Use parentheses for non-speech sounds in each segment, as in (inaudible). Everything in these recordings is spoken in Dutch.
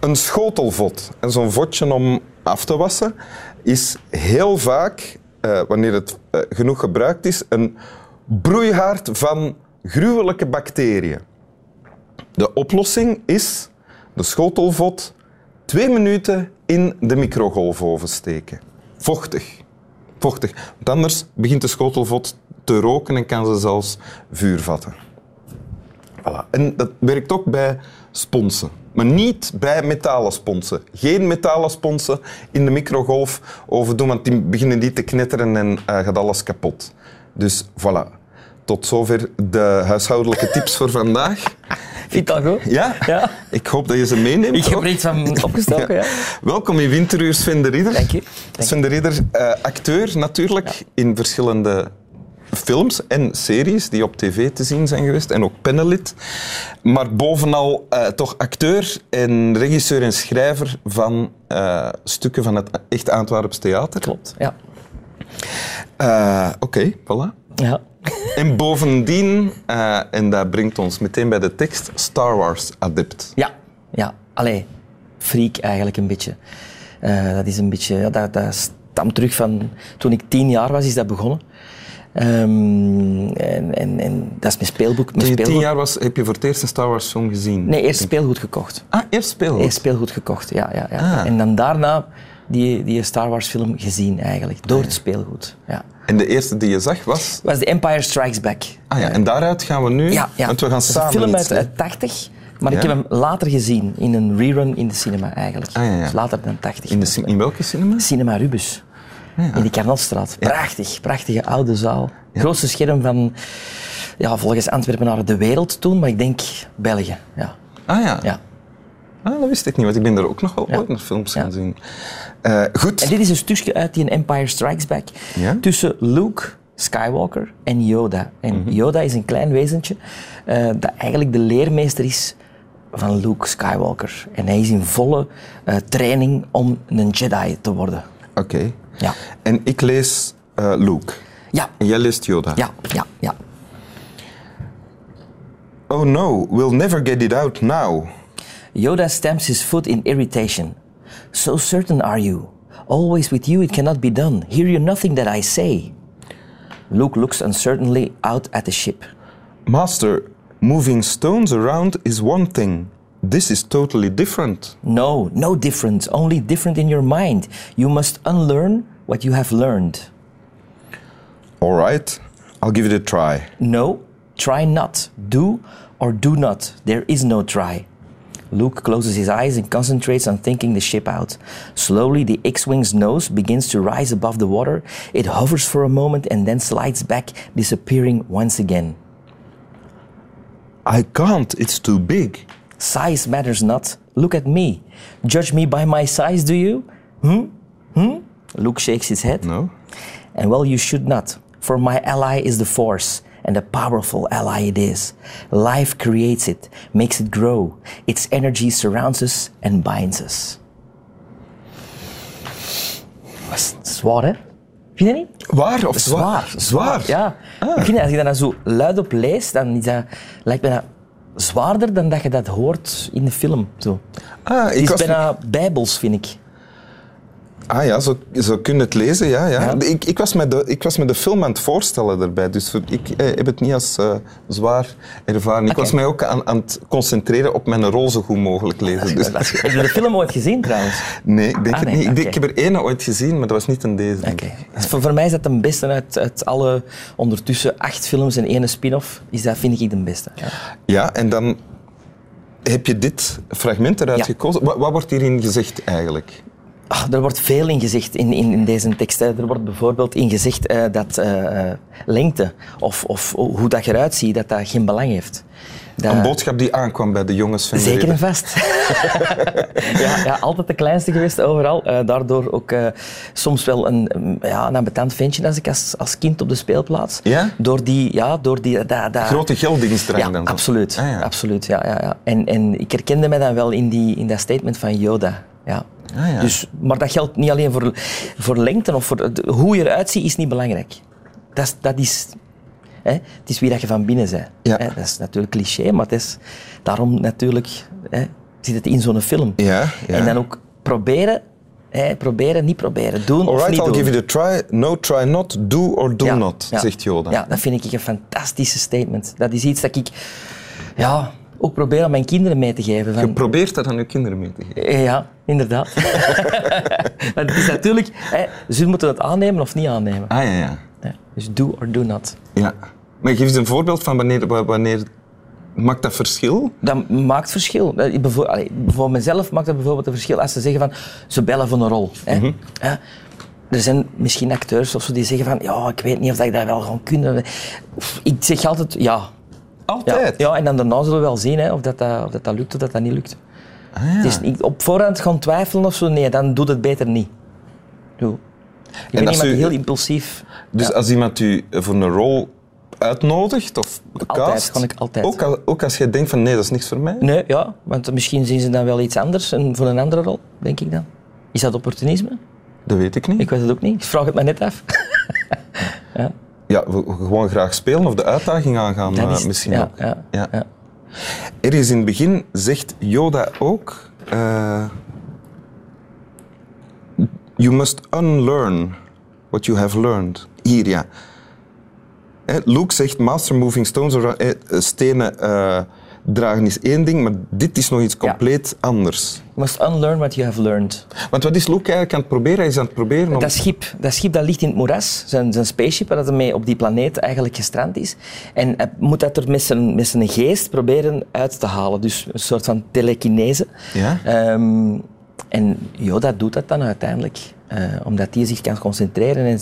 Een schotelvot, en zo'n votje om af te wassen, is heel vaak, eh, wanneer het eh, genoeg gebruikt is, een broeihaard van gruwelijke bacteriën. De oplossing is de schotelvot twee minuten in de microgolfoven steken. Vochtig. Vochtig. Want anders begint de schotelvot te roken en kan ze zelfs vuur vatten. Voilà. En dat werkt ook bij sponsen. Maar niet bij metalen sponsen. Geen metalen sponsen in de microgolf overdoen, want die beginnen die te knetteren en eh, gaat alles kapot. Dus voilà. Tot zover de huishoudelijke tips voor vandaag. Vind je dat goed? Ja? Ja. Ik hoop dat je ze meeneemt. Ik heb ook. er iets van opgestoken, ja. Welkom in Winteruur, Sven de Ridder. Dank je. Dank je. Sven de Ridder, eh, acteur natuurlijk in verschillende films en series die op tv te zien zijn geweest en ook panelid. Maar bovenal eh, toch acteur en regisseur en schrijver van eh, stukken van het Echt Antwerps Theater. Klopt, ja. Eh, Oké, voilà. ja. En bovendien, eh, en dat brengt ons meteen bij de tekst, Star Wars adept. Ja, ja. Allee, freak eigenlijk een beetje. Eh, dat is een beetje... Ja, dat, dat stamt terug van... Toen ik tien jaar was, is dat begonnen. Ehm, en, en, en dat is mijn speelboek. Mijn Toen je tien speelgoed- jaar was, heb je voor het eerst een Star Wars film gezien? Nee, eerst speelgoed gekocht. Ah, eerst speelgoed. Eerst speelgoed gekocht, ja. ja, ja. Ah. En dan daarna die, die Star Wars film gezien eigenlijk. Door het speelgoed, ja. En de eerste die je zag was... was The Empire Strikes Back. Ah ja, en daaruit gaan we nu... Ja, ja. Want we gaan Dat is samen Een film iets uit, doen. uit 80, maar ik Ja. heb hem later gezien in een rerun in de cinema eigenlijk. Ah, ja, ja. Dus later dan 80. In, de, Ah, cin- in welke cinema? Cinema Rubus. In de Karnelstraat. Prachtig, prachtige oude zaal. Grootste scherm van, ja, volgens Antwerpenaren de wereld toen, maar ik denk België. Ja. Ah ja. Ja. Ah, dat wist ik niet, want ik ben er ook nog wel Ja. ooit naar films Ja. gaan zien. Eh, En goed. dit is een stukje uit die Empire Strikes Back. Ja? Tussen Luke Skywalker en Yoda. En Yoda is een klein wezentje eh, dat eigenlijk de leermeester is van Luke Skywalker. En hij is in volle eh, training om een Jedi te worden. Oké. Ja. En ik lees eh, Luke. Ja, En jij leest Yoda. ja, ja, ja. Oh no, we'll never get it out now. Yoda stamps his foot in irritation. So certain are you. Always with you, it cannot be done. Hear you nothing that I say. Luke looks uncertainly out at the ship. Master, moving stones around is one thing. This is totally different. No, no difference, only different in your mind. You must unlearn what you have learned. All right, I'll give it a try. No, try not. Do or do not. There is no try. Luke closes his eyes and concentrates on thinking the ship out. Slowly, the X Wing's nose begins to rise above the water. It hovers for a moment and then slides back, disappearing once again. I can't, it's too big. Size matters not. Look at me. Judge me by my size, do you? Hmm? Hmm? Luke shakes his head. No? And well, you should not, for my ally is the Force, and a powerful ally it is. Life creates it, makes it grow. Its energy surrounds us and binds us. Was zwaar, hè? Vind je niet? Waar of zwaar? Ah. Ja. Ik vind dat, als je dat nou zo luid op leest, dan is dat, lijkt me dat zwaarder dan dat je dat hoort in de film. Zo. Ah, Het ik is was... bijna bijbels, vind ik. ah ja, zo, zo kun je het lezen, ja. ja. Ja. Ik, ik, was met de, ik was met de film aan het voorstellen daarbij, dus voor- ik eh, heb het niet als eh, zwaar ervaren. Ik Oké. was mij ook aan, aan het concentreren op mijn rol zo goed mogelijk Ah, lezen. Dus, Heb je de film ooit gezien, trouwens? nee, ik denk Ah, het nee, niet. Ik, denk- oké. ik heb er één ooit gezien, maar dat was niet een deze. denk Oké. ik. Dus voor, voor mij is dat de beste uit, uit alle ondertussen acht films en ene spin-off. Is dat, vind ik, de beste. Ja. Ja, en dan heb je dit fragment eruit Ja. gekozen. Wat, wat wordt hierin gezegd eigenlijk? Ah, er wordt veel in gezegd in, in, in deze tekst. hè. Er wordt bijvoorbeeld in gezegd eh, dat eh, eh, lengte of, of hoe dat je eruit ziet, dat dat geen belang heeft. Dat- Een boodschap die aankwam bij de jongens van de Eh, Zeker en Ridder. vast. (laughs) ja, ja, altijd de kleinste geweest overal. Eh, daardoor ook eh, soms wel een, mm, ja, een ambetant ventje als ik als, als kind op de speelplaats. Ja? Door die, ja, door die, dat dat- Grote geldingsdrang Ja, dan. zo. absoluut. Ah, ja. absoluut ja, ja, ja. En, en ik herkende mij dan wel in, die, in dat statement van Yoda. Ja. Ah, ja. Dus, maar dat geldt niet alleen voor, voor lengte of voor het- hoe je eruit ziet, is niet belangrijk. Dat is, dat is, hè, het is wie dat je van binnen bent. Ja. Hè, dat is natuurlijk cliché, maar het is daarom natuurlijk hè, zit het in zo'n film. Ja, ja. En dan ook proberen, hè, proberen, niet proberen. Doen of Alright, niet I'll doen. give you the try. No, try not. Do or do Ja, not, ja. zegt Yoda. Ja, dat vind ik een fantastische statement. Dat is iets dat ik ja, ook probeer aan mijn kinderen mee te geven. Van, Je probeert dat aan je kinderen mee te geven. eh, ja, inderdaad. (laughs) Want het is natuurlijk, hè, ze moeten het aannemen of niet aannemen. Ah, ja, ja. Ja, dus do or do not. ja. Maar geef eens een voorbeeld van wanneer, wa- wanneer maakt dat verschil? Dat maakt verschil. Dat- ik bevo- allee, Voor mezelf maakt dat bijvoorbeeld een verschil als ze zeggen van ze bellen voor een rol. Hè? Ja. Er zijn misschien acteurs of zo die zeggen van ja, ik weet niet of dat ik dat wel ga kunnen. Pff, Ik zeg altijd ja. Ja, Altijd. ja en dan daarna zullen we wel zien hè, of, dat, dat, of dat, dat lukt of dat dat niet lukt. Ah, Het is niet op voorhand gaan twijfelen of zo, nee, dan doet het beter niet. Doe. Je bent als iemand u- heel impulsief. Dus als iemand u voor een rol uitnodigt of cast... gewoon ik altijd. Ook als, ook als jij denkt van nee, dat is niks voor mij? Nee, ja, want misschien zien ze dan wel iets anders en voor een andere rol, denk ik dan. Is dat opportunisme? Dat weet ik niet. Ik weet het ook niet. Ik vraag het me net af. (laughs) Ja, we- we gewoon graag spelen of de uitdaging aangaan Dat eh, is- misschien ja, ook. ja, ja. Er is in het begin, zegt Yoda ook... eh, you must unlearn what you have learned. Hier, ja. Hè, Luke zegt, master moving stones, around- eh, stenen eh, dragen is één ding, maar dit is nog iets compleet anders. You must unlearn what you have learned. Want wat is Luke eigenlijk aan het proberen? Hij is aan het proberen om... Dat schip, dat schip dat ligt in het moeras, zijn, zijn spaceship waar dat ermee op die planeet eigenlijk gestrand is. En hij moet dat er met zijn, met zijn geest proberen uit te halen. Dus een soort van telekinese. Ja. Ehm, en Yoda doet dat dan uiteindelijk. eh, omdat hij zich kan concentreren en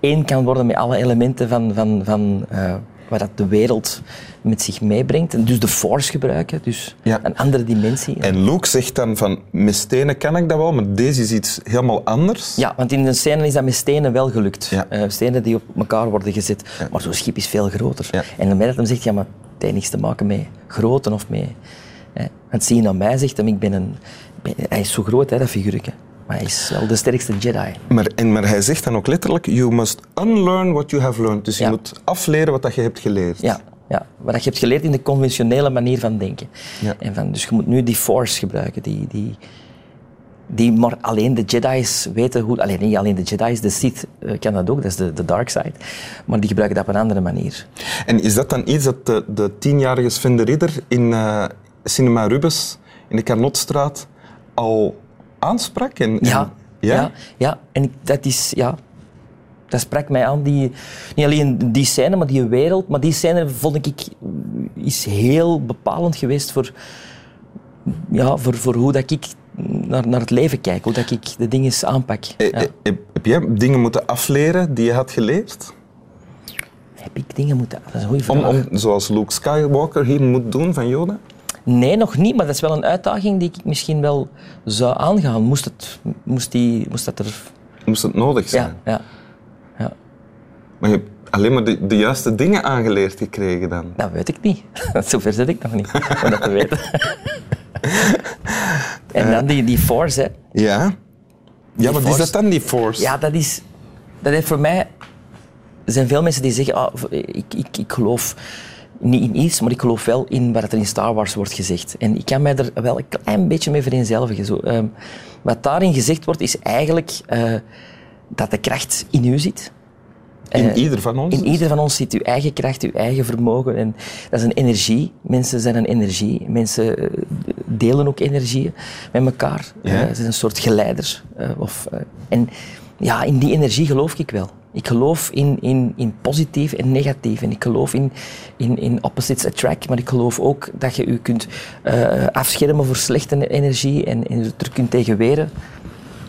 één kan worden met alle elementen van, van, van eh, wat dat de wereld met zich meebrengt. En dus de force gebruiken, dus Ja. een andere dimensie. En Luke zegt dan van, met stenen kan ik dat wel, maar deze is iets helemaal anders. Ja, want in de scène is dat met stenen wel gelukt. Ja. Eh, stenen die op elkaar worden gezet. Maar zo'n schip is veel groter. Ja. En dan merkt hem zegt, ja, maar het heeft niks te maken met grootte of met... Hè. Want zie je naar mij, zegt hem, ik ben een... ik ben- hij is zo groot, hè, dat figuurtje. Maar hij is wel de sterkste Jedi. Maar, en, maar hij zegt dan ook letterlijk, you must unlearn what you have learned. Dus je Ja. moet afleren wat dat je hebt geleerd. Ja, ja. Wat je hebt geleerd in de conventionele manier van denken. Ja. En van, dus je moet nu die force gebruiken, die... die die maar alleen de Jedi's weten hoe... Alleen, niet alleen de Jedi's, de Sith eh, kan dat ook, dat is de, de dark side. Maar die gebruiken dat op een andere manier. En is dat dan iets dat de, de tienjarige Sven de Ridder in eh, Cinema Rubens in de Carnotstraat al aansprak? En, en- Ja, ja, ja. En ik- dat is, ja, dat sprak mij aan. Die, niet alleen die scène, maar die wereld. Maar die scène vond ik, ik is heel bepalend geweest voor, ja, voor, voor hoe dat ik naar, naar het leven kijk. Hoe dat ik de dingen aanpak. Eh, Ja. eh, Heb, heb jij dingen moeten afleren die je had geleerd? Heb ik dingen moeten... Dat is een goede vraag. Om, om, zoals Luke Skywalker hier moet doen van Yoda? Nee, nog niet. Maar dat is wel een uitdaging die ik misschien wel zou aangaan. Moest, het, moest, die, moest dat er... Moest het nodig zijn? Ja, ja. Maar je hebt alleen maar de, de juiste dingen aangeleerd gekregen dan. Dat weet ik niet. (laughs) Zover zit ik nog niet, (laughs) om dat te weten. en dan die, die force, hè. Ja. Ja, wat is force. dat dan, die force? Ja, dat is... Dat heeft voor mij... Er zijn veel mensen die zeggen, ah, v- ik, ik, ik geloof niet in iets, maar ik geloof wel in wat er in Star Wars wordt gezegd. En ik kan mij er wel een klein beetje mee vereenzelvigen. Zo, ehm, wat daarin gezegd wordt, is eigenlijk eh, dat de kracht in u zit. In ieder van ons? Eh, In ieder van ons zit uw eigen kracht, uw eigen vermogen. En dat is een energie. Mensen zijn een energie. Mensen eh, delen ook energieën met elkaar. Ja. Eh, ze zijn een soort geleiders. eh, of, eh, en ja, in die energie geloof ik wel. Ik geloof in, in, in positief en negatief. En ik geloof in, in, in opposites attract. Maar ik geloof ook dat je je kunt eh, afschermen voor slechte energie. En, en het er kunt tegen weren.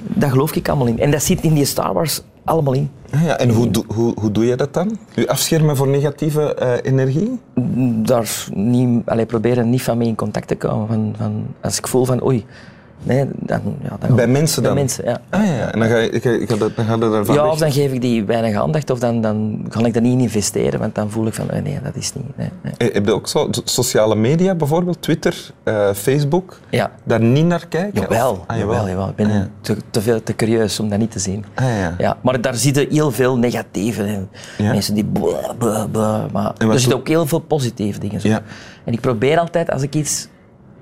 Daar geloof ik allemaal in. En dat zit in die Star Wars allemaal in. Ah ja, en hoe, doe- hoe, hoe doe je dat dan? U afschermen voor negatieve eh, energie? daar niet, allee, proberen niet van mee in contact te komen. Van, van, als ik voel van oei, nee, dan, ja, dan Bij mensen dan? Bij mensen, ja. Ah ja, en dan ga je, ga, je- ga, dat- dan ga je daarvan Ja, weg. of dan geef ik die weinig aandacht of dan, dan kan ik daar niet in investeren, want dan voel ik van eh, nee, dat is niet. Nee, nee. Eh, Heb je ook zo, so- sociale media bijvoorbeeld, Twitter, eh, Facebook, Ja. daar niet naar kijken? Jawel, Of- ah, jawel. jawel, Ik ben Ah ja. te, te veel te curieus om dat niet te zien. Ah, ja. maar daar zitten heel veel negatieve en Ja. mensen die blah, blah, blah, maar er wat zitten doe- ook heel veel positieve dingen. Zo. Ja. En ik probeer altijd als ik iets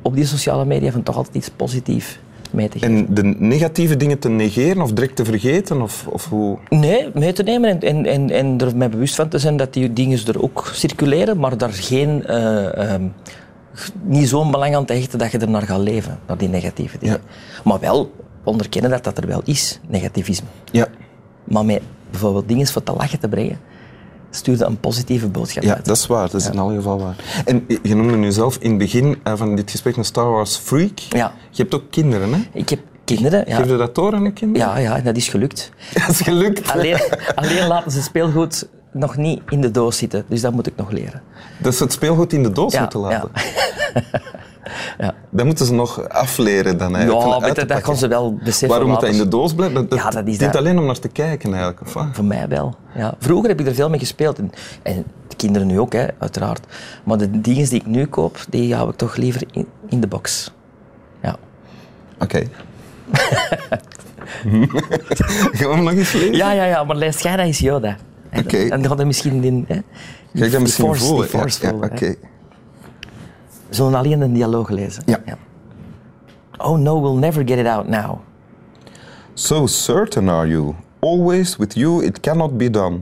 op die sociale media van toch altijd iets positiefs mee te geven. En de negatieve dingen te negeren of direct te vergeten? Of, of hoe? Nee, mee te nemen en, en, en, en er mij bewust van te zijn dat die dingen er ook circuleren, maar daar geen, eh, ehm, g- niet zo'n belang aan te hechten dat je er naar gaat leven, naar die negatieve dingen. Maar wel onderkennen dat dat er wel is, negativisme. Ja. Maar met bijvoorbeeld dingen voor te lachen te brengen, stuurde een positieve boodschap ja, uit. dat is waar. Dat is in elk geval waar. En je je noemde nu zelf in het begin eh, van dit gesprek een Star Wars freak. Ja. Je hebt ook kinderen, hè? Ik heb kinderen, ja, Geef je dat door aan je kinderen? ja, ja en dat is gelukt. (laughs) Dat is gelukt. Alleen, alleen laten ze speelgoed nog niet in de doos zitten, dus dat moet ik nog leren. Dat ze het speelgoed in de doos Ja, moeten laten. ja. Dat moeten ze nog afleren dan eigenlijk. van Ja, uit maar te dat, dat pakken. gaan ze wel beseffen. Waarom moet later. dat in de doos blijven? Dat, Ja, dat is niet dat. alleen om naar te kijken eigenlijk. Of wat? Voor mij wel. Ja. Vroeger heb ik er veel mee gespeeld. En, en de kinderen nu ook, hè, uiteraard. Maar de dingen die ik nu koop, die hou ik toch liever in, in de box. Ja. Oké. (laughs) Gaan we hem nog eens lezen? ja, ja, ja, maar lees jij dat is Yoda. En Oké. dan gaat hij misschien in. Hè, Ga ik dat misschien die force- die voelen? Ja, force ja, voelen, hè. oké. Zullen we alleen een dialoog lezen? Ja. Oh no, we'll never get it out now. So certain are you. Always with you it cannot be done.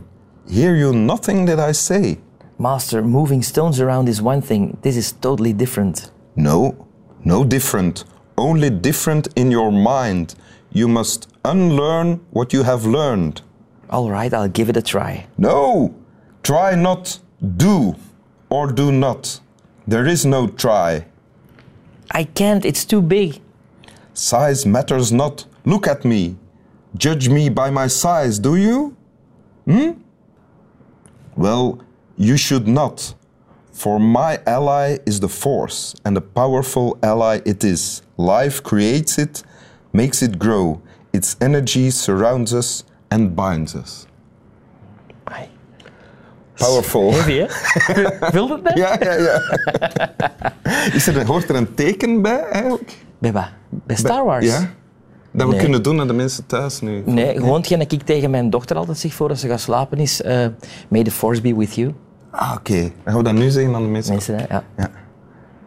Hear you nothing that I say. Master, moving stones around is one thing. This is totally different. No, no different. Only different in your mind. You must unlearn what you have learned. All right, I'll give it a try. No! Try not, do, or do not. There is no try. I can't, it's too big. Size matters not. Look at me. Judge me by my size, do you? Hmm? Well, you should not. For my ally is the force, and a powerful ally it is. Life creates it, makes it grow. Its energy surrounds us and binds us. Ai. (laughs) Powerful. Heavy, hè? Vult het, hè? Ja, ja, (laughs) ja. Is er, hoort er een teken bij eigenlijk? Bij wat? Bij Star Wars? Ja? Dat we Nee. kunnen doen aan de mensen thuis nu. Nee, gewoon hetgeen dat ik tegen mijn dochter altijd zeg voor als ze gaat slapen is eh, May the force be with you. Ah, oké. Dan gaan we dat nu zeggen aan de mensen. Mensen, hè? ja. Ja.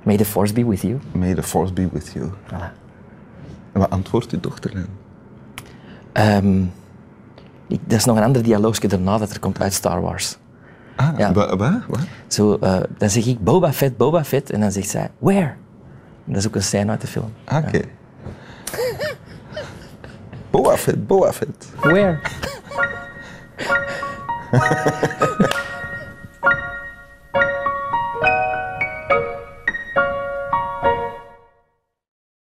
May the force be with you. May the force be with you. Ah. En wat antwoordt uw dochter dan? Ehm, ik, dat is nog een ander dialoogje daarna dat er komt uit Star Wars. Ah, Ja. wa- wa- wa? Zo, eh, dan zeg ik Boba Fett, Boba Fett. En dan zegt zij, where? Dat is ook een scène uit de film. Ah, oké. Boa Fett, Boa Fett. Where?